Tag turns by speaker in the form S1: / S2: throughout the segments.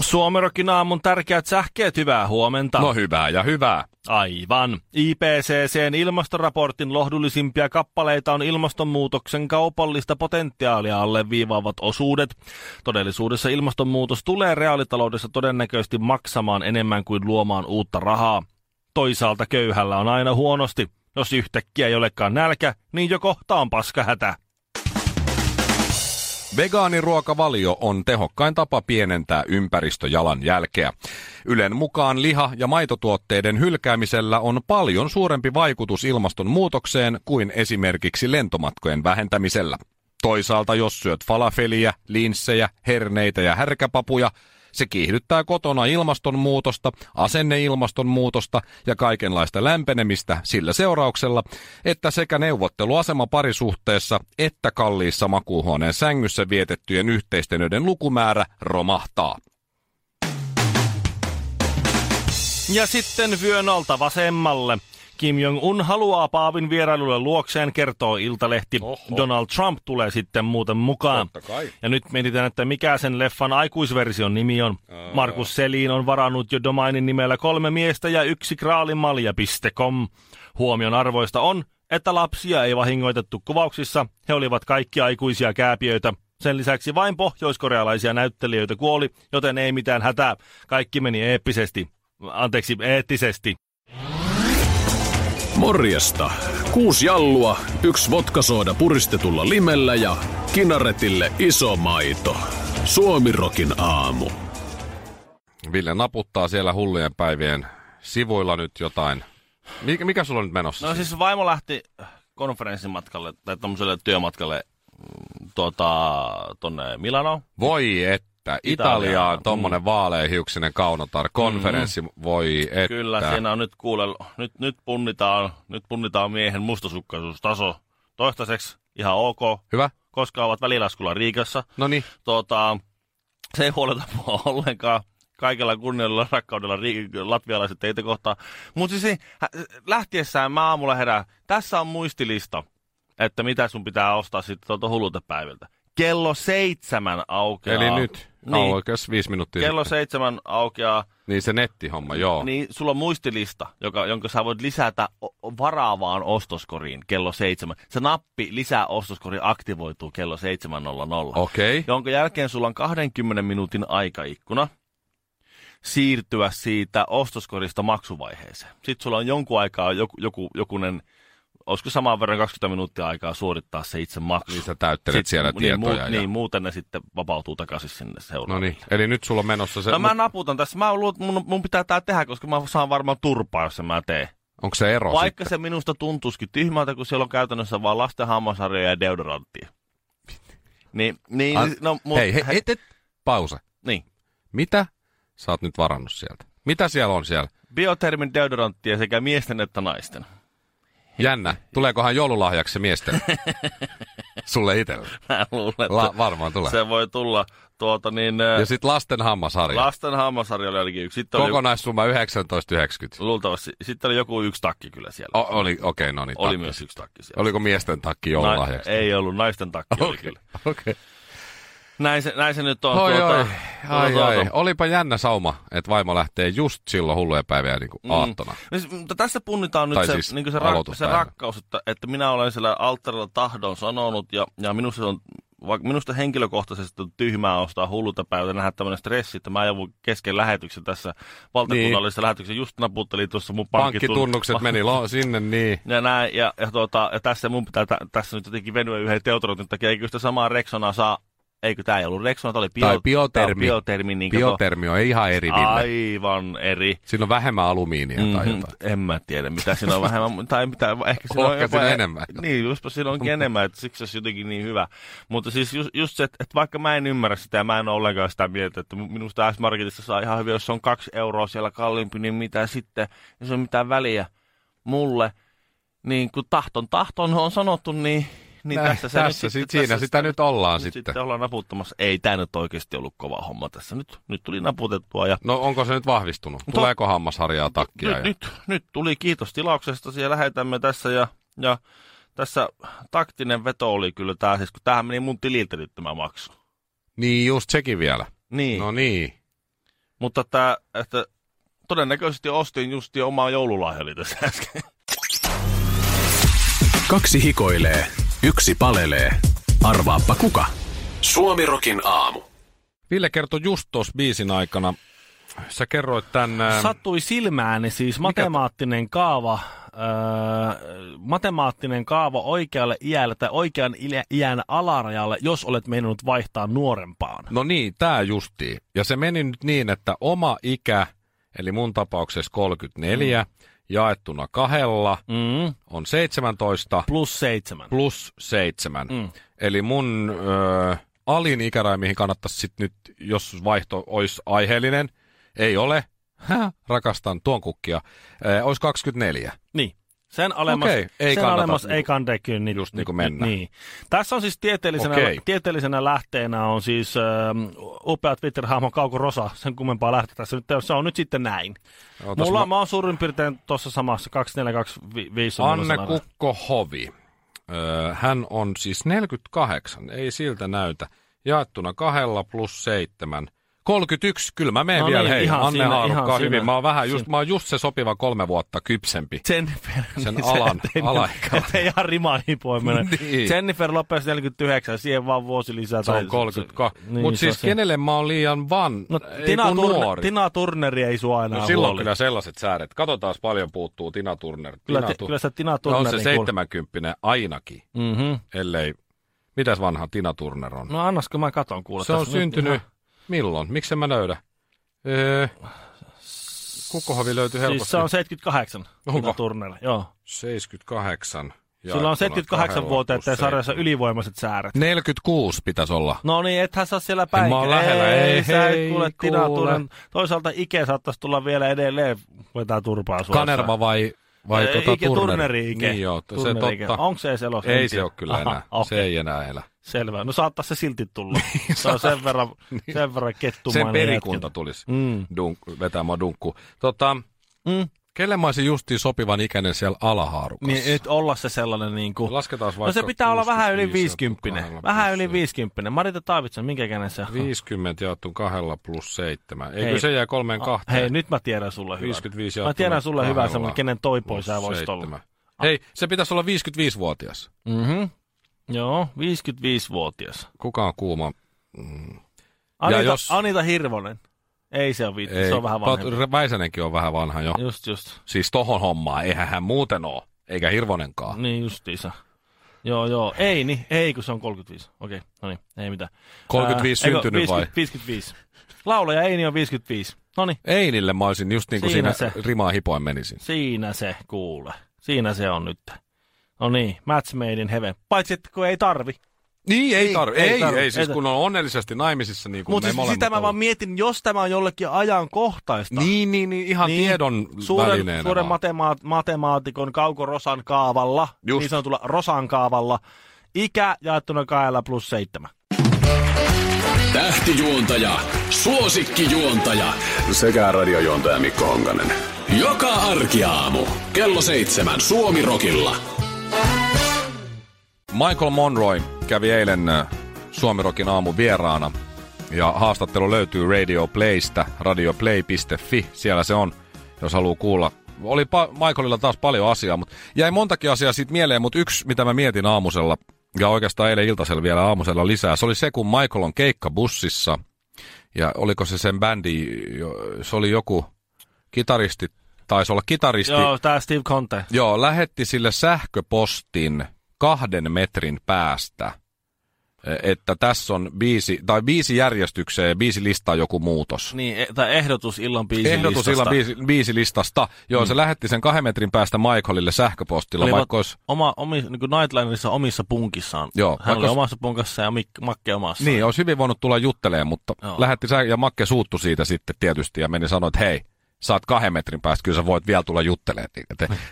S1: Suomerokin aamun tärkeät sähkeet, hyvää huomenta.
S2: No hyvää ja hyvää.
S1: Aivan. IPCCn ilmastoraportin lohdullisimpia kappaleita on ilmastonmuutoksen kaupallista potentiaalia alleviivaavat osuudet. Todellisuudessa ilmastonmuutos tulee reaalitaloudessa todennäköisesti maksamaan enemmän kuin luomaan uutta rahaa. Toisaalta köyhällä on aina huonosti. Jos yhtäkkiä ei olekaan nälkä, niin jo kohta on paskahätä.
S2: Vegaaniruokavalio on tehokkain tapa pienentää ympäristöjalanjälkeä. Ylen mukaan liha- ja maitotuotteiden hylkäämisellä on paljon suurempi vaikutus ilmastonmuutokseen kuin esimerkiksi lentomatkojen vähentämisellä. Toisaalta jos syöt falafeliä, linssejä, herneitä ja härkäpapuja, se kiihdyttää kotona ilmastonmuutosta, asenneilmastonmuutosta ja kaikenlaista lämpenemistä sillä seurauksella, että sekä neuvotteluasema parisuhteessa että kalliissa makuuhuoneen sängyssä vietettyjen yhteistenöiden lukumäärä romahtaa.
S1: Ja sitten vyön alta vasemmalle. Kim Jong-un haluaa Paavin vierailulle luokseen, kertoo Iltalehti. Oho. Donald Trump tulee sitten muuten mukaan. Ja nyt mietitään, että mikä sen leffan aikuisversion nimi on. Aa. Markus Selin on varannut jo domainin nimellä kolme miestä ja yksi kraalimalja.com. Huomion arvoista on, että lapsia ei vahingoitettu kuvauksissa. He olivat kaikki aikuisia kääpiöitä. Sen lisäksi vain pohjoiskorealaisia näyttelijöitä kuoli, joten ei mitään hätää. Kaikki meni eeppisesti. Anteeksi, eettisesti.
S3: Morjesta. Kuusi jallua, yksi vodkasooda puristetulla limellä ja kinaretille iso maito. Suomirokin aamu.
S2: Ville naputtaa siellä hullujen päivien sivuilla nyt jotain. Mikä, mikä sulla on nyt menossa?
S1: No siis vaimo lähti konferenssimatkalle tai tommoselle työmatkalle tuota, tonne Milanoon.
S2: Voi että että Italia on tommonen mm. vaaleahiuksinen kaunotar konferenssi, mm. voi että.
S1: Kyllä, siinä on nyt kuule, nyt, nyt, punnitaan, nyt punnitaan miehen mustasukkaisuustaso. Toistaiseksi ihan ok.
S2: Hyvä.
S1: Koska ovat välilaskulla Riikassa.
S2: No niin.
S1: Tota, se ei huoleta mua ollenkaan. Kaikella kunnialla rakkaudella riik- latvialaiset teitä kohtaan. Mutta siis lähtiessään mä aamulla herään. Tässä on muistilista, että mitä sun pitää ostaa sitten tuolta hulutepäiviltä kello seitsemän aukeaa.
S2: Eli nyt, niin. oikeus viisi minuuttia
S1: Kello sitten. seitsemän aukeaa.
S2: Niin se nettihomma, joo.
S1: Niin, sulla on muistilista, joka, jonka sä voit lisätä varaavaan ostoskoriin kello seitsemän. Se nappi lisää ostoskori aktivoituu kello 7.00.
S2: Okei. Okay.
S1: Jonka jälkeen sulla on 20 minuutin aikaikkuna siirtyä siitä ostoskorista maksuvaiheeseen. Sitten sulla on jonkun aikaa joku, joku, jokunen olisiko samaan verran 20 minuuttia aikaa suorittaa se itse maksu.
S2: Niin sä täyttelet sitten, siellä
S1: niin,
S2: tietoja. Muu,
S1: ja... Niin, muuten ne sitten vapautuu takaisin sinne seuraavalle.
S2: No niin, eli nyt sulla on menossa se...
S1: No mä naputan tässä. Mä luulen, että mun, mun pitää tää tehdä, koska mä saan varmaan turpaa, jos mä teen.
S2: Onko se ero
S1: Vaikka
S2: No
S1: se
S2: sitten?
S1: minusta tuntuisikin tyhmältä, kun siellä on käytännössä vaan lasten hammasarjoja ja deodoranttia. Niin, niin,
S2: An... no, mun... Hei, hei, hei, et, et, pause.
S1: Niin.
S2: Mitä sä oot nyt varannut sieltä? Mitä siellä on siellä?
S1: Biotermin deodoranttia sekä miesten että naisten.
S2: Jännä. Tuleekohan joululahjaksi se miesten? Sulle itselle.
S1: Mä luulen, että
S2: La, varmaan tulee.
S1: Se voi tulla tuota niin...
S2: Ja sitten lasten hammasarja.
S1: Lasten hammasarja oli ainakin yksi. Sitten
S2: Kokonaissumma oli... 19,90.
S1: Luultavasti. Sitten oli joku yksi takki kyllä siellä.
S2: O, oli, okei, okay, no niin.
S1: Oli takki. myös yksi takki siellä.
S2: Oliko miesten takki joululahjaksi?
S1: Na, ei ollut, naisten takki okay. oli kyllä.
S2: Okei. Okay.
S1: Näin se, näin se nyt on.
S2: Oi, tuota, oi. Tuota, ai, tuota. ai. Olipa jännä sauma, että vaimo lähtee just silloin hulluja päiviä niin kuin mm. aattona.
S1: Mutta tässä punnitaan nyt tai se, siis niin se, rak, se rakkaus, että, että minä olen siellä alttarilla tahdon sanonut ja, ja minusta, on, vaikka minusta henkilökohtaisesti on tyhmää ostaa hulluta päivää nähdä tämmöinen stressi, että mä joudun kesken lähetyksen tässä valtakunnallisessa niin. lähetyksen just naputtelin tuossa mun
S2: pankkitunnukset. Pankkitunnukset meni lo- sinne, niin.
S1: Ja näin, ja, ja, tuota, ja tässä mun pitää t- tässä nyt jotenkin venyä yhden teotorotin takia, eikö sitä samaa Rexonaa saa eikö tämä ei ollut Rexona, tämä oli bio,
S2: tai biotermi.
S1: Tämä biotermi, niin
S2: biotermi on ihan eri Ville.
S1: Aivan eri.
S2: Siinä on vähemmän alumiinia mm-hmm. tai jotain.
S1: Mhm. En mä tiedä, mitä siinä on vähemmän, tai mitä, ehkä
S2: siinä
S1: on,
S2: jopa, siinä enemmän.
S1: Niin, jospa siinä onkin enemmän, että siksi se on jotenkin niin hyvä. Mutta siis just, just se, että, että, vaikka mä en ymmärrä sitä, mä en ole ollenkaan sitä mieltä, että minusta S-Marketissa saa ihan hyvin, jos se on kaksi euroa siellä kalliimpi, niin mitä sitten, jos on mitään väliä mulle. Niin kun tahton tahton on sanottu, niin niin
S2: Näin,
S1: tässä, se
S2: tässä
S1: nyt,
S2: sit- siinä sitä nyt ollaan
S1: nyt
S2: sitten.
S1: sitten. ollaan naputtamassa. Ei tämä nyt oikeasti ollut kova homma tässä. Nyt, nyt tuli naputettua ja
S2: No onko se nyt vahvistunut?
S1: No to-
S2: Tuleeko hammasharjaa takkia?
S1: nyt,
S2: ja-
S1: nyt, nyt tuli kiitos tilauksesta. Siellä lähetämme tässä ja, ja tässä taktinen veto oli kyllä tämä. Siis kun tämähän meni mun tililtä nyt tämä maksu.
S2: Niin just sekin vielä.
S1: Niin.
S2: No niin.
S1: Mutta tämä, että todennäköisesti ostin justiin omaa joululahjani tässä äsken.
S3: Kaksi hikoilee, yksi palelee. Arvaappa kuka? Suomirokin aamu.
S2: Ville kertoi just tuossa biisin aikana, sä kerroit ähm, tämän... ää,
S1: Sattui silmääni siis matemaattinen kaava, öö, matemaattinen kaava oikealle iälle tai oikean ilä- iän alarajalle, jos olet mennyt vaihtaa nuorempaan.
S2: No niin, tää justiin. Ja se meni nyt niin, että oma ikä, eli mun tapauksessa 34, jaettuna kahdella
S1: Mm.
S2: on 17
S1: Plus seitsemän.
S2: plus 7.
S1: Mm.
S2: Eli mun ö, alin ikäraja, mihin kannattaisi sit nyt, jos vaihto olisi aiheellinen, ei ole. Hä? Rakastan tuon kukkia. Ö, olisi 24.
S1: Niin. Sen alemmas,
S2: Okei,
S1: sen
S2: ei kannata
S1: alemmas
S2: niinku-
S1: ei kannata kyllä. Niin,
S2: just niinku mennä.
S1: Niin. Tässä on siis tieteellisenä,
S2: Okei.
S1: tieteellisenä lähteenä on siis ähm, upea Twitter-hahmo Kauko Rosa. Sen kummempaa lähteä tässä nyt. ei ole. Se on nyt sitten näin.
S2: Ootas,
S1: Mulla,
S2: mä-
S1: mä... mä oon suurin piirtein tuossa samassa 2425. on mulla
S2: Anne
S1: sellainen.
S2: Kukko Hovi. Öö, hän on siis 48, ei siltä näytä. Jaettuna kahdella plus seitsemän. 31, kyllä mä menen
S1: No
S2: vielä,
S1: niin,
S2: hei,
S1: ihan
S2: Anne
S1: siinä,
S2: Haarukka
S1: ihan
S2: on hyvin.
S1: siinä.
S2: Mä oon, vähän
S1: Siinä.
S2: just, mä oon just se sopiva kolme vuotta kypsempi.
S1: Jennifer.
S2: Sen
S1: niin
S2: alan-
S1: ettei-
S2: alaikäinen.
S1: Ettei ihan rimaa hipoa mene.
S2: Niin.
S1: Jennifer Lopez 49, siihen vaan vuosi lisää.
S2: Se
S1: tai-
S2: on 32. Niin,
S1: Niin,
S2: Mutta
S1: se on
S2: siis
S1: siinä.
S2: kenelle mä oon liian van,
S1: No,
S2: ei
S1: Tina,
S2: kun
S1: Turner,
S2: nuori.
S1: Tina Turneri ei sua enää
S2: no, silloin
S1: huoli.
S2: kyllä sellaiset säädet. Katsotaan paljon puuttuu Tina Turner.
S1: Kyllä,
S2: Tina
S1: te,
S2: Tu-
S1: kyllä sitä Tina
S2: No, on
S1: Turnerin
S2: se 70 ainakin,
S1: Mm-hmm.
S2: ellei... Mitäs vanha Tina Turner on?
S1: No annasko mä katon kuule.
S2: Se on
S1: tässä nyt
S2: syntynyt,
S1: ihan-
S2: milloin? Miksi en mä löydä? Öö, kukkohovi löytyy helposti.
S1: Siis se on 78.
S2: Onko?
S1: Tina Turner, joo.
S2: 78.
S1: Sillä on 78 vuotta, ettei sarjassa
S2: yli...
S1: ylivoimaiset sääret.
S2: 46 pitäisi olla.
S1: No niin, ethän saa siellä
S2: En
S1: päin.
S2: mä oon lähellä, ei,
S1: sä
S2: hei,
S1: et kuule Tina
S2: kuule.
S1: Turner. Toisaalta Ike saattaisi tulla vielä edelleen, vetää turpaa suoraan.
S2: Kanerva vai, vai
S1: Ei,
S2: tuota
S1: Ike,
S2: Turner?
S1: Turneri Ike.
S2: Niin joo, se
S1: Turner Ike.
S2: totta.
S1: Onko se edes elossa? En
S2: Ei se
S1: tiedä.
S2: ole kyllä enää.
S1: Aha,
S2: Se ei enää elä.
S1: Selvä. No saattaa se silti tulla. se on sen verran, sen verran kettumainen
S2: Sen perikunta tulisi
S1: Mm.
S2: dunk, vetämään dunkku. Tota,
S1: Mm.
S2: kelle mä olisin justiin sopivan ikäinen siellä alahaarukassa?
S1: Niin et olla se sellainen niin kuin...
S2: Lasketaan
S1: No
S2: vaikka
S1: se pitää olla vähän yli
S2: 65, kahdella
S1: 50. Vähän
S2: plus
S1: yli 50. Marita Taavitsen, minkä käden se on?
S2: 50 jaettu kahdella plus 7. Eikö
S1: Hei.
S2: se jää kolmeen kahteen?
S1: Ah, Hei, nyt mä tiedän sulle hyvän.
S2: 55
S1: Mä tiedän
S2: jaettuna
S1: sulle hyvän
S2: kahdella
S1: semmoinen, kenen toipoi
S2: plus
S1: sä voisit
S2: seitsemän.
S1: olla.
S2: Hei, se pitäisi olla 55-vuotias.
S1: Mhm. Joo, 55-vuotias.
S2: Kuka on kuuma?
S1: Anita,
S2: jos-
S1: Anita Hirvonen. Ei se on vittu, se on vähän vanhempi.
S2: Pat- Väisänenkin on vähän vanha jo.
S1: Just, just.
S2: Siis tohon hommaan, eihän hän muuten oo. Eikä Hirvonenkaan.
S1: Niin justiisa. Joo, joo. Ei niin, ei kun se on 35. Okei, no niin, ei mitään.
S2: 35
S1: Ää, eikö,
S2: syntynyt vai?
S1: 55. Laulaja Eini on 55. No niin,
S2: Einille mä olisin just niin kuin siinä,
S1: Siinä
S2: siinä
S1: se.
S2: rimaa hipoen menisin.
S1: siinä se kuule. Siinä se on nyt. No niin, match made in heaven. Paitsi, että kun ei tarvi.
S2: Niin, ei tarvi. Ei, ei,
S1: tarvi.
S2: ei, siis
S1: Ei tar-
S2: kun on onnellisesti naimisissa niin kuin
S1: Mutta
S2: me
S1: siis
S2: molemmat
S1: sitä mä
S2: ollaan.
S1: vaan mietin, jos tämä on jollekin ajankohtaista.
S2: Niin, niin, niin, ihan
S1: Niin,
S2: tiedon
S1: suuren,
S2: välineenä
S1: suuren
S2: vaan.
S1: matema- matemaatikon Kauko Rosan kaavalla,
S2: Just.
S1: niin sanotulla Rosan kaavalla, ikä jaettuna kahdella plus seitsemän.
S3: Tähtijuontaja, suosikkijuontaja sekä radiojuontaja Mikko Honkanen. Joka arkiaamu kello seitsemän Suomirokilla.
S2: Michael Monroy kävi eilen ö, Suomirokin aamu vieraana ja haastattelu löytyy Radio Playstä, radioplay.fi, siellä se on, jos haluaa kuulla. Oli pa- Michaelilla taas paljon asiaa, mutta jäi montakin asiaa siitä mieleen, mutta yksi, mitä mä mietin aamusella, ja oikeastaan eilen iltasella vielä aamusella lisää, se oli se, kun Michael on keikkabussissa, ja oliko se sen bändi, jo- se oli joku kitaristi, taisi olla kitaristi,
S1: Joo, tää Steve Conte.
S2: Joo, lähetti sille sähköpostin kahden metrin päästä, e- että tässä on biisi, tai biisi järjestykseen ja biisi listaa joku muutos.
S1: Niin, e- tai ehdotus illan biisin
S2: Ehdotus illan biisi, biisilistasta. Joo, mm. se lähetti sen kahden metrin päästä Michaelille sähköpostilla,
S1: Olivat
S2: vaikka olisi...
S1: oma, omi, niin kuin Nightlinerissa omissa punkissaan.
S2: Joo,
S1: Hän
S2: vaikka
S1: oli
S2: olisi-
S1: omassa punkassa ja Mik, Makke omassa.
S2: Niin, olisi hyvin voinut tulla juttelemaan, mutta
S1: Joo.
S2: Joo. lähetti sä, ja Makke suuttu siitä sitten tietysti ja meni sanoa, että hei, saat kahden metrin päästä, kyllä sä voit vielä tulla juttelemaan.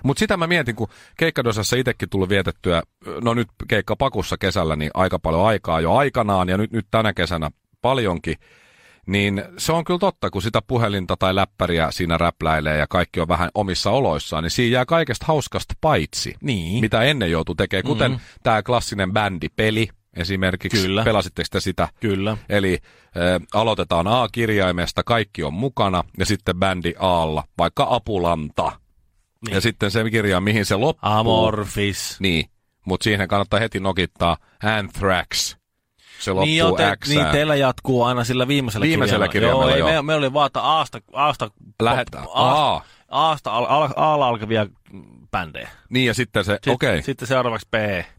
S2: Mutta sitä mä mietin, kun keikkadosassa itsekin tuli vietettyä, no nyt keikka pakussa kesällä, niin aika paljon aikaa jo aikanaan ja nyt, nyt tänä kesänä paljonkin, niin se on kyllä totta, kun sitä puhelinta tai läppäriä siinä räpläilee ja kaikki on vähän omissa oloissaan, niin siinä jää kaikesta hauskasta paitsi,
S1: Niin.
S2: mitä ennen joutuu tekemään, kuten
S1: Mhm.
S2: tämä klassinen bändipeli esimerkiksi.
S1: Kyllä.
S2: Pelasitteko te sitä?
S1: Kyllä.
S2: Eli äh, aloitetaan A-kirjaimesta, kaikki on mukana, ja sitten bändi Aalla, vaikka Apulanta. Niin. Ja sitten se kirja, mihin se loppuu.
S1: Amorphis.
S2: Niin, mutta siihen kannattaa heti nokittaa Anthrax. Se loppuu
S1: Niin, joo, te,
S2: X.
S1: niin teillä jatkuu aina sillä viimeisellä,
S2: Viimeisellä kirjaimella,
S1: joo. Ei,
S2: joo.
S1: me, me oli vaan, että Aasta, Aasta,
S2: Lähetään.
S1: Aasta,
S2: A.
S1: Aasta al, al, Aalla alkevia bändejä.
S2: Niin, ja sitten se,
S1: Sitten,
S2: okei. Okay.
S1: sitten seuraavaksi B.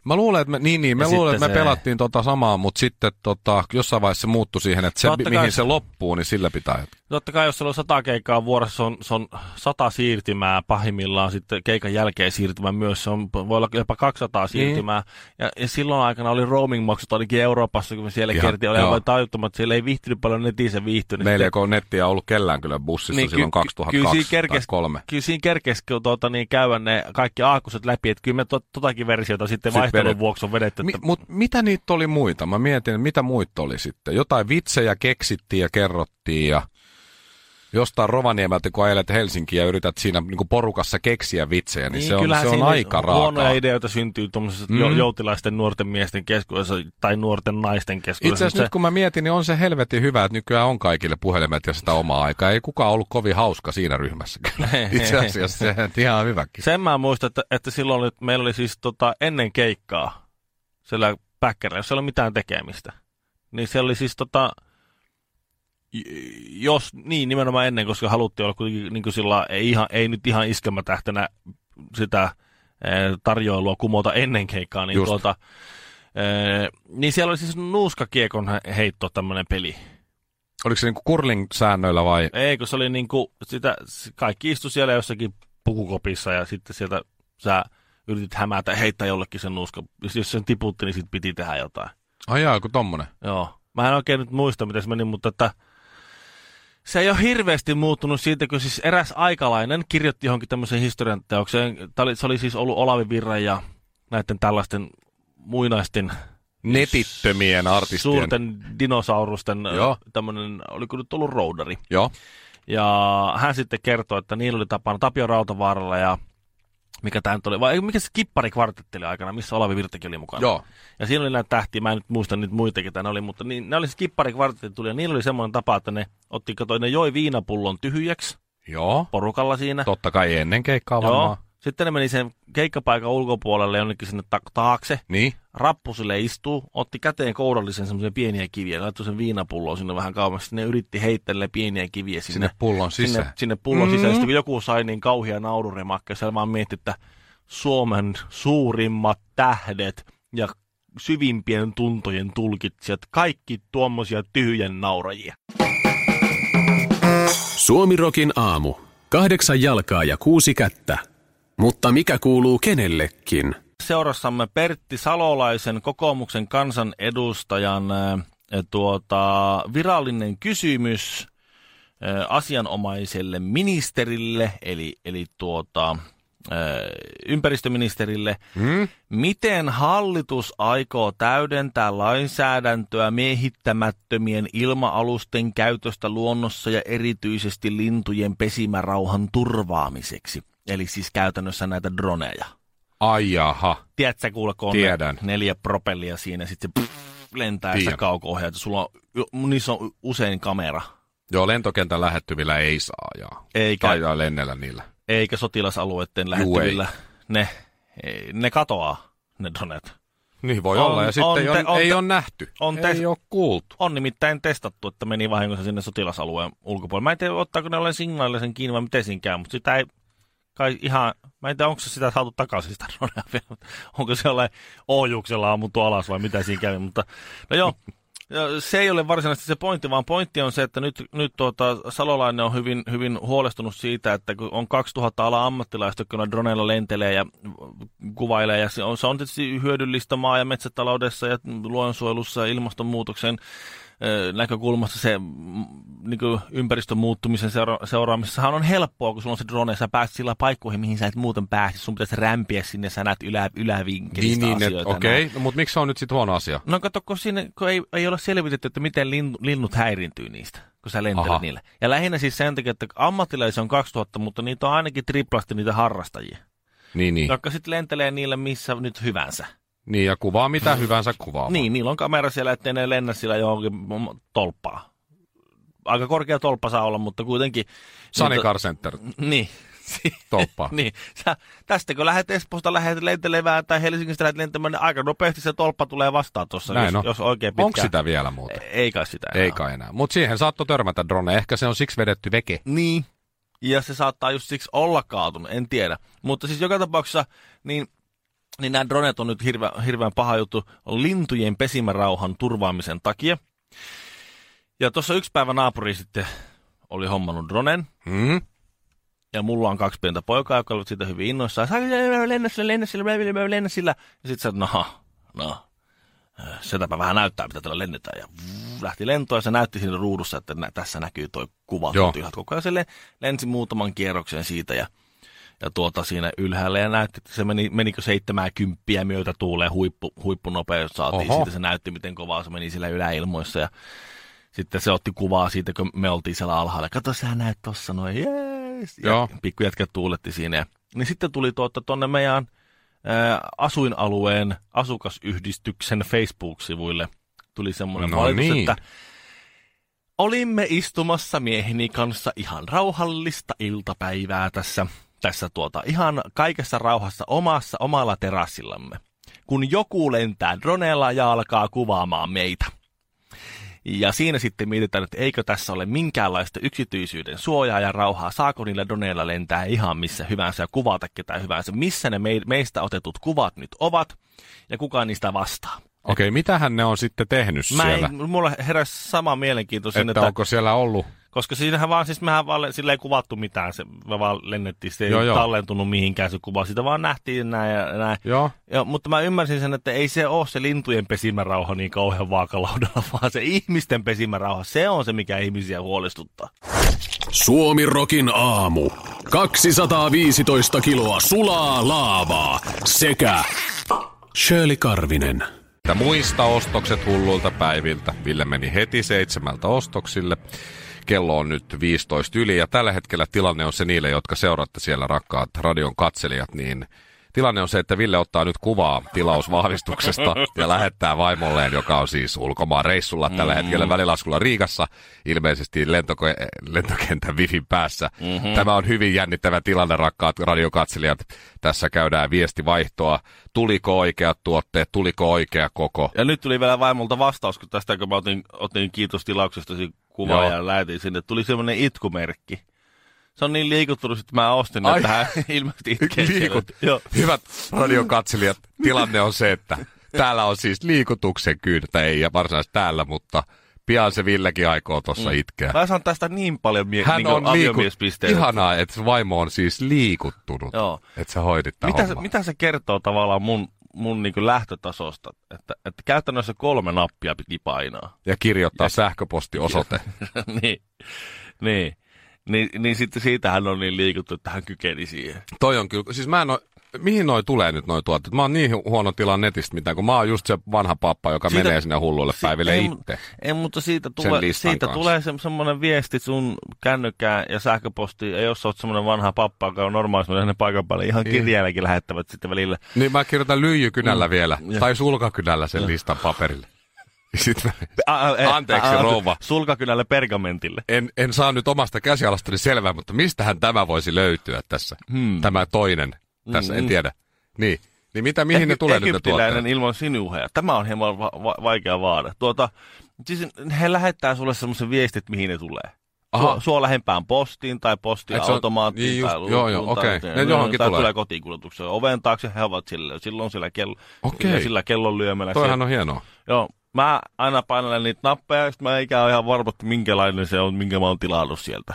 S2: Mä luulen, että me, niin, niin, me
S1: Ja
S2: luulen, että
S1: sitten
S2: me
S1: se-
S2: pelattiin tota samaa, mutta sitten tota, jossain vaiheessa se muuttui siihen, että se,
S1: Totta
S2: mihin
S1: kai.
S2: se loppuu, niin sillä pitää.
S1: Totta kai, jos siellä on sata keikkaa vuodessa, se on, se on sata siirtymää pahimmillaan, sitten keikan jälkeen siirtymä myös, se on, voi olla jopa
S2: Niin.
S1: 200 siirtymää. Ja, ja silloin aikana oli roaming-maksut ainakin Euroopassa, kun me siellä
S2: Ihan,
S1: kerti oli
S2: joo.
S1: aivan tajuttomat, siellä ei viihtynyt paljon netin se viihtyi. niin
S2: Meillä ei
S1: sitten-
S2: ole nettiä ollut kellään kyllä bussissa niin,
S1: Niin,
S2: silloin
S1: ky- ky- kyllä
S2: 2002
S1: siinä kerkes-
S2: tai 2003.
S1: kyllä siinä kerkesi kyllä tuota, niin käydä ne kaikki aakkuset läpi, että kyllä me to, totakin versiota sitten
S2: Sit
S1: vaihtelun
S2: vedet-
S1: vuoksi on vedetty.
S2: Mi-
S1: että-
S2: Mutta mitä niitä oli muita? Mä mietin, mitä muita oli sitten. Jotain vitsejä keksittiin ja kerrottiin ja jostain Rovaniemeltä, kun ajelet Helsinkiä ja yrität siinä niin porukassa keksiä vitsejä, niin, niin se on,
S1: kyllähän
S2: se on
S1: siinä
S2: aika
S1: Huonoja
S2: raakaa.
S1: ideoita syntyy tuommoisessa
S2: Mm.
S1: mm. joutilaisten nuorten miesten keskuudessa tai nuorten naisten keskuudessa.
S2: Itse asiassa nyt kun mä mietin, niin on se helvetin hyvä, että nykyään on kaikille puhelimet ja sitä omaa aikaa. Ei kukaan ollut kovin hauska siinä ryhmässä. Itse
S1: Niin.
S2: asiassa se on ihan hyväkin.
S1: Sen mä muistan, että, että silloin oli, meillä oli siis tota, ennen keikkaa siellä päkkärillä, jos ei ollut mitään tekemistä. Niin se oli siis tota, j- jos, niin nimenomaan ennen, koska haluttiin olla kuitenkin niin kuin sillä, ei, ihan, ei nyt ihan iskelmätähtenä sitä eh, tarjoilua kumota ennen keikkaa, niin
S2: Just.
S1: tuota, eh, niin siellä oli siis nuuskakiekon he- heitto tämmöinen peli.
S2: Oliko se niin kurling-säännöillä vai?
S1: Ei, kun se oli niin kuin sitä, s- kaikki istu siellä jossakin pukukopissa ja sitten sieltä sä yritit hämätä heittää jollekin sen nuuska. Jos jos sen tiputti, niin sit piti tehdä jotain.
S2: Ajaa, joku tommonen.
S1: Joo. Mä en oikein nyt muista, miten se meni, mutta että se ei ole hirveästi muuttunut siitä, kun siis eräs aikalainen kirjoitti johonkin tämmöiseen historian teokseen. Tää oli- Se oli siis ollut Olavi Virran ja näiden tällaisten muinaisten
S2: Netittömien artistien.
S1: suurten dinosaurusten
S2: Joo.
S1: tämmöinen, oliko nyt ollut roudari.
S2: Joo.
S1: Ja hän sitten kertoi, että niillä oli tapana Tapio Rautavaaralla ja mikä tämä nyt oli, vai mikä se kipparikvartetti oli aikana, missä Olavi Virtakin oli mukana.
S2: Joo.
S1: Ja siinä oli näitä tähtiä, mä en nyt muista niitä muita, ketä ne oli, mutta niin, ne oli se kipparikvartetti tuli ja niillä oli semmoinen tapa, että ne otti, kato, ne joi viinapullon tyhjäksi
S2: Joo.
S1: porukalla siinä.
S2: Totta kai ennen keikkaa
S1: Joo.
S2: varmaan.
S1: Sitten ne meni sen keikkapaikan ulkopuolelle jonnekin sinne ta- taakse,
S2: Niin.
S1: rappusille istuu, otti käteen kourallisen semmoisia pieniä kiviä, laittoi sen viinapulloon sinne vähän kauemmas, sitten ne yritti heittää pieniä kiviä sinne,
S2: Sinne pullon
S1: sinne,
S2: sisään.
S1: sinne pullon
S2: Mm.
S1: mm. sisään. Sitten kun joku sai niin kauhia naururemakka, siellä vaan mietti, että Suomen suurimmat tähdet ja syvimpien tuntojen tulkitsijat, kaikki tuommoisia tyhjän naurajia.
S3: Suomirokin aamu. Kahdeksan jalkaa ja kuusi kättä. Mutta mikä kuuluu kenellekin?
S1: Seurassamme Pertti Salolaisen kokoomuksen kansanedustajan ää, tuota, virallinen kysymys ää, asianomaiselle ministerille, eli, eli tuota, ää, ympäristöministerille.
S2: Mm?
S1: Miten hallitus aikoo täydentää lainsäädäntöä miehittämättömien ilma-alusten käytöstä luonnossa ja erityisesti lintujen pesimärauhan turvaamiseksi? Eli siis käytännössä näitä droneja.
S2: Ai jaha.
S1: Tiedätkö sä kuule, kun on
S2: Tiedän.
S1: ne neljä propellia siinä, sitten se pff, lentää Tiedän.
S2: Tiedän.
S1: sitä kauko-ohjausta. Sulla on, jo- niissä on usein kamera,
S2: Joo, lentokentän lähettyvillä ei saa ajaa.
S1: eikä,
S2: Tai Tai lennellä niillä.
S1: eikä sotilasalueiden lähettyvillä. Ne, ei- ne katoaa, ne dronet.
S2: Niin voi
S1: On-
S2: olla. Ja sitten
S1: on
S2: ei, on,
S1: te- on
S2: ei
S1: te-
S2: ole nähty.
S1: on
S2: ei
S1: te-
S2: ole kuultu.
S1: On nimittäin testattu, että meni vahingossa sinne sotilasalueen ulkopuolelle. Mä en tiedä, ottaako ne olen signaalilla sen kiinni vai miten siinä käy, mutta sitä ei kai ihan... Mä en tiedä, onko se sitä saatu takaisin sitä dronea vielä, mutta onko se jollain ohjuksella ammuttu alas vai mitä siinä kävi, mutta no joo. Ja Se ei ole varsinaisesti se pointti, vaan pointti on se, että nyt, nyt tuota, Salolainen on hyvin, hyvin huolestunut siitä, että kun on 2000 ala ammattilaista, jotka noilla droneilla lentelee ja kuvailee. Ja se on, se on tietysti hyödyllistä maa- ja metsätaloudessa ja luonnonsuojelussa ja ilmastonmuutoksen näkökulmasta se niin kuin ympäristön muuttumisen seura- seuraamisessahan on helppoa, kun sulla on se drone, sä pääset sillä paikkoihin, mihin sä et muuten pääse. Sun pitäisi rämpiä sinne, sä näet ylä-
S2: Niin,
S1: ylävinkkelistä
S2: niin, et-
S1: asioita.
S2: okei.
S1: näin.
S2: Okay. No, mutta miksi se on nyt sitten huono asia?
S1: No kato, kun, siinä, kun ei, ei ole selvitetty, että miten lin, linnut häiriintyy niistä, kun sä lentelet
S2: Aha.
S1: niillä. Ja lähinnä siis sen takia, että ammattilaisia on 2000, mutta niitä on ainakin triplasti niitä harrastajia,
S2: Niin, niin.
S1: jotka sitten lentelee niillä missä nyt hyvänsä.
S2: Niin, ja kuvaa mitä hyvänsä kuvaa.
S1: Niin, niillä on kamera siellä, ettei ne lennä sillä johonkin mm, tolppaan. Aika korkea tolppa saa olla, mutta kuitenkin...
S2: Sunny
S1: Mutta-
S2: Car Center
S1: Niin.
S2: tolppa.
S1: niin. Sä, tästä kun lähdet Espoosta lähdet lentelemään tai Helsingistä lähdet lentämään, niin aika nopeasti se tolppa tulee vastaan tuossa,
S2: Näin
S1: jos,
S2: on.
S1: jos oikein pitkään.
S2: Onko sitä vielä muuten?
S1: Ei kai sitä enää
S2: Ei kai enää. Mutta siihen saattoi törmätä drone. Ehkä se on siksi vedetty veke.
S1: Niin. Ja se saattaa just siksi olla kaatunut, en tiedä. Mutta siis joka tapauksessa, niin, niin nämä dronet on nyt hirveän, hirveän paha juttu lintujen pesimärauhan turvaamisen takia. Ja tuossa yksi päivä naapuri sitten oli hommannut dronen,
S2: Hmm?
S1: ja mulla on kaksi pientä poikaa, jotka olivat siitä hyvin innoissaan. Sä lennä sillä, lennä sillä, lennä sillä, lennä sillä. Ja sit sä, no, no, setäpä vähän näyttää, mitä tällä lennetään. Ja vuv, lähti lentoon ja se näytti siinä ruudussa, että nä, tässä näkyy toi kuva.
S2: Joo.
S1: Tunti ihan Koko ajan se le- lensi muutaman kierroksen siitä ja, ja tuota siinä ylhäällä ja näytti, että se meni, menikö 70 myötä tuuleen huippu, huippunopeus saatiin.
S2: Oho.
S1: Siitä se näytti, miten kovaa se meni siellä yläilmoissa ja sitten se otti kuvaa siitä, kun me oltiin siellä alhaalla. Kato, sä näet tossa noin, jees. Ja
S2: Joo.
S1: pikkujätkät tuuletti siinä. Ja, niin sitten tuli tuota tonne meidän ää, asuinalueen asukasyhdistyksen Facebook-sivuille tuli semmoinen
S2: No
S1: valitus,
S2: niin.
S1: että olimme istumassa mieheni kanssa ihan rauhallista iltapäivää tässä, tässä tuota, ihan kaikessa rauhassa omassa omalla terassillamme, kun joku lentää dronella ja alkaa kuvaamaan meitä. Ja siinä sitten mietitään, että eikö tässä ole minkäänlaista yksityisyyden suojaa ja rauhaa. Saako niillä doneilla lentää ihan missä hyvänsä ja kuvata ketään hyvänsä? Missä ne mei- meistä otetut kuvat nyt ovat ja kuka niistä vastaa?
S2: Okei, mitähän ne on sitten tehnyt
S1: Eh. Mä
S2: siellä?
S1: en, mulla heräsi sama mielenkiinto
S2: että,
S1: sinne, että,
S2: onko siellä ollut?
S1: koska siinähän vaan, siis mehän vaan, le- sillä ei kuvattu mitään, se me vaan lennettiin, se ei
S2: Joo, joo.
S1: tallentunut mihinkään se kuva, sitä vaan nähtiin näin ja näin.
S2: Joo.
S1: Ja, mutta mä ymmärsin sen, että ei se ole se lintujen pesimärauha niin kauhean vaakalaudalla, vaan se ihmisten pesimärauha, se on se, mikä ihmisiä huolestuttaa.
S3: Suomi Rokin aamu. 215 kiloa sulaa laavaa sekä Shirley Karvinen.
S2: Että muista ostokset hulluilta päiviltä. Ville meni heti seitsemältä ostoksille. Kello on nyt 15 yli ja tällä hetkellä tilanne on se niille, jotka seuraatte siellä rakkaat radion katselijat, niin tilanne on se, että Ville ottaa nyt kuvaa tilausvahvistuksesta ja lähettää vaimolleen, joka on siis ulkomaan reissulla tällä
S1: Mhm.
S2: hetkellä välilaskulla Riikassa, ilmeisesti lentoke- lentokentän wifin päässä.
S1: Mhm.
S2: Tämä on hyvin jännittävä tilanne, rakkaat radiokatselijat. Tässä käydään viestivaihtoa. Tuliko oikeat tuotteet, tuliko oikea koko?
S1: Ja nyt tuli vielä vaimolta vastaus, kun tästä kun mä otin, otin kiitos tilauksestasi kuvaa
S2: Joo.
S1: ja lähetin sinne, tuli semmoinen itkumerkki. Se on niin liikuttunut, että mä ostin,
S2: Ai.
S1: että hän ilmeisesti itkee siellä.
S2: Liikut.
S1: Joo.
S2: Hyvät radiokatselijat, tilanne on se, että täällä on siis liikutuksen kyyntä, ei ja varsinaisesti täällä, mutta pian se Villekin aikoo tuossa itkeä.
S1: Mm. Mä saan tästä niin paljon mie-
S2: Hän
S1: niin
S2: on liiku...
S1: aviomiespisteitä.
S2: Ihanaa, että sun vaimo on siis liikuttunut,
S1: Joo.
S2: että sä hoidit tämän
S1: Mitä se,
S2: homman.
S1: mitä se kertoo tavallaan mun, mun niin lähtötasosta? Että, että käytännössä kolme nappia piti painaa.
S2: Ja kirjoittaa sähköpostiosoite.
S1: niin. niin. Niin, niin sitten siitä hän on niin liikuttu, että hän kykeni siihen.
S2: Toi on kyllä, siis mä en oo, mihin noi tulee nyt noi tuotteet? Mä oon niin hu- huono tilan netistä mitään, kun mä oon just se vanha pappa, joka
S1: Siitä-
S2: menee sinne hulluille
S1: Si-
S2: päiville
S1: ei,
S2: itse.
S1: Ei, mutta siitä tulee,
S2: listan
S1: siitä
S2: kanssa.
S1: tulee se, semmoinen viesti sun kännykkään ja sähköpostiin, ja jos oot semmoinen vanha pappa, joka on normaalisti mennyt sinne paikan päälle, ihan kirjeelläkin lähettävät sitten välillä.
S2: Niin mä kirjoitan
S1: Mm.
S2: lyijykynällä vielä,
S1: ja.
S2: tai sulkakynällä sen listan paperille. Sitten mä,
S1: Ä, ä, ä,
S2: Anteeksi,
S1: ä, ä,
S2: rouva.
S1: eh, Sulkakynälle pergamentille.
S2: en, en saa nyt omasta käsialastani selvää, mutta mistähän tämä voisi löytyä tässä? Hmm. Tämä toinen tässä, en tiedä. Niin, niin mitä, mihin ne
S1: Egy-
S2: tulee nyt ne tuotteet?
S1: Egyptiläinen ilman sinuheja. Tämä on hieman va- va- vaikea vaade. Tuota, siis he lähettää sulle semmoisen viestit, mihin ne tulee. Sua,
S2: Aha.
S1: sua lähempään postiin tai postia
S2: Et se on-
S1: automaattiin
S2: niin
S1: tai
S2: just- joo, joo,
S1: luukuun
S2: okei.
S1: tai,
S2: Ne johonkin
S1: tai
S2: tulee.
S1: tulee kotiinkuljetuksen oven taakse, he ovat sillä, silloin sillä, kello,
S2: Okei.
S1: sillä, sillä kellon lyömällä.
S2: Toihan on hienoa.
S1: Joo, mä aina painelen niitä nappeja, ja sit mä eikä ole ihan varma, että minkälainen se on, minkä mä oon tilannut sieltä.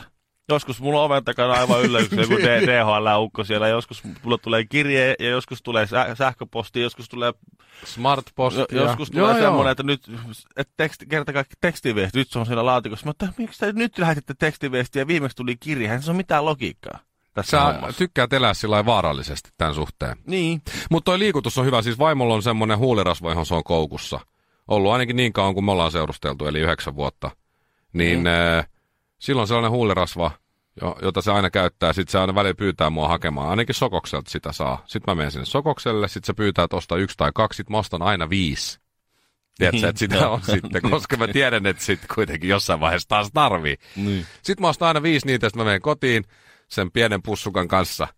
S1: Joskus mulla on oven takana aivan yllätys joku DHL-ukko siellä. Joskus mulla tulee kirje ja joskus tulee sä- sähköposti, joskus tulee
S2: Smartpostia.
S1: Jo- Joskus tulee semmoinen, että nyt että teksti, kerta kaikki tekstiviesti, nyt se on siellä laatikossa. Mä että miksi te nyt lähetitte tekstiviestiä ja viimeksi tuli kirje, eihän se on mitään logiikkaa tässä
S2: Sä
S1: hommassa.
S2: tykkäät elää sillä lailla vaarallisesti tämän suhteen.
S1: niin.
S2: Mutta toi liikutus on hyvä. Siis vaimolla on semmoinen huulirasva, johon se on koukussa. Ollut ainakin niin kauan, kun me ollaan seurusteltu, eli yhdeksän vuotta. Niin mm. äh, silloin sellainen huulirasva, jo- jota se aina käyttää. Sitten se aina välillä pyytää mua hakemaan. Ainakin sokokselta sitä saa. Sitten mä menen sinne sokokselle. Sitten se pyytää tosta yksi tai kaksi. Sitten mä ostan aina viisi. Tiedätkö, että sitä on sitten, koska mä tiedän, että sitten kuitenkin jossain vaiheessa taas tarvii.
S1: Niin.
S2: Sitten mä ostan aina viisi niitä, sitten mä menen kotiin sen pienen pussukan kanssa.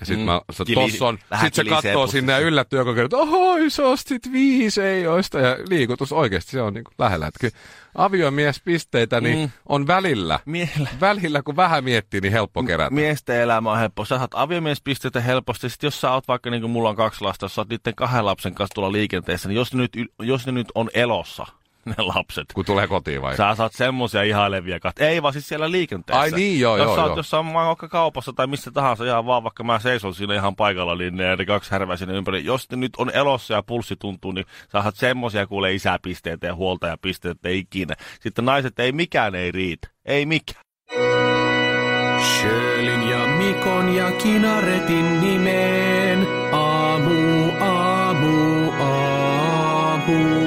S2: Ja sit mm.
S1: Mm.
S2: mä, se
S1: Kili-
S2: tossa on,
S1: vähän
S2: sit se
S1: kilisee
S2: kattoo sinne ja
S1: pussussa.
S2: yllättyy joka kerta, että ohoi, sä ostit viisi, ei oista. Ja liikutus oikeasti, se on niinku lähellä. Et kyllä aviomiespisteitä niin mm.
S1: Mm.
S2: on välillä.
S1: Miehellä.
S2: Välillä, kun vähän miettii, niin helppo kerätä.
S1: Miesten elämä on helppo. Sä saat aviomiespisteytä helposti. Sitten jos sä oot vaikka niin kuin mulla on kaksi lasta, jos sä oot niiden kahden lapsen kanssa tuolla liikenteessä, niin jos ne nyt, yl- jos ne nyt on elossa, ne lapset,
S2: kun tulee kotiin vai?
S1: Sä saat semmoisia ihailevia kat. Ei vaan siis siellä liikenteessä.
S2: Ai niin, joo,
S1: jos
S2: joo,
S1: sä oot
S2: joo.
S1: jossain maan- vaikka kaupassa tai missä tahansa ihan vaan, vaikka mä seison siinä ihan paikalla, niin ne, ne kaksi härvää sinne ympäri. Jos ne nyt on elossa ja pulssi tuntuu, niin sä saat semmoisia kuule isäpisteitä ja huoltajapisteitä ikinä. Sitten naiset ei mikään ei riitä. Ei mikään.
S3: Sjölin ja Mikon ja Kinaretin nimeen. Aamu, aamu, aamu.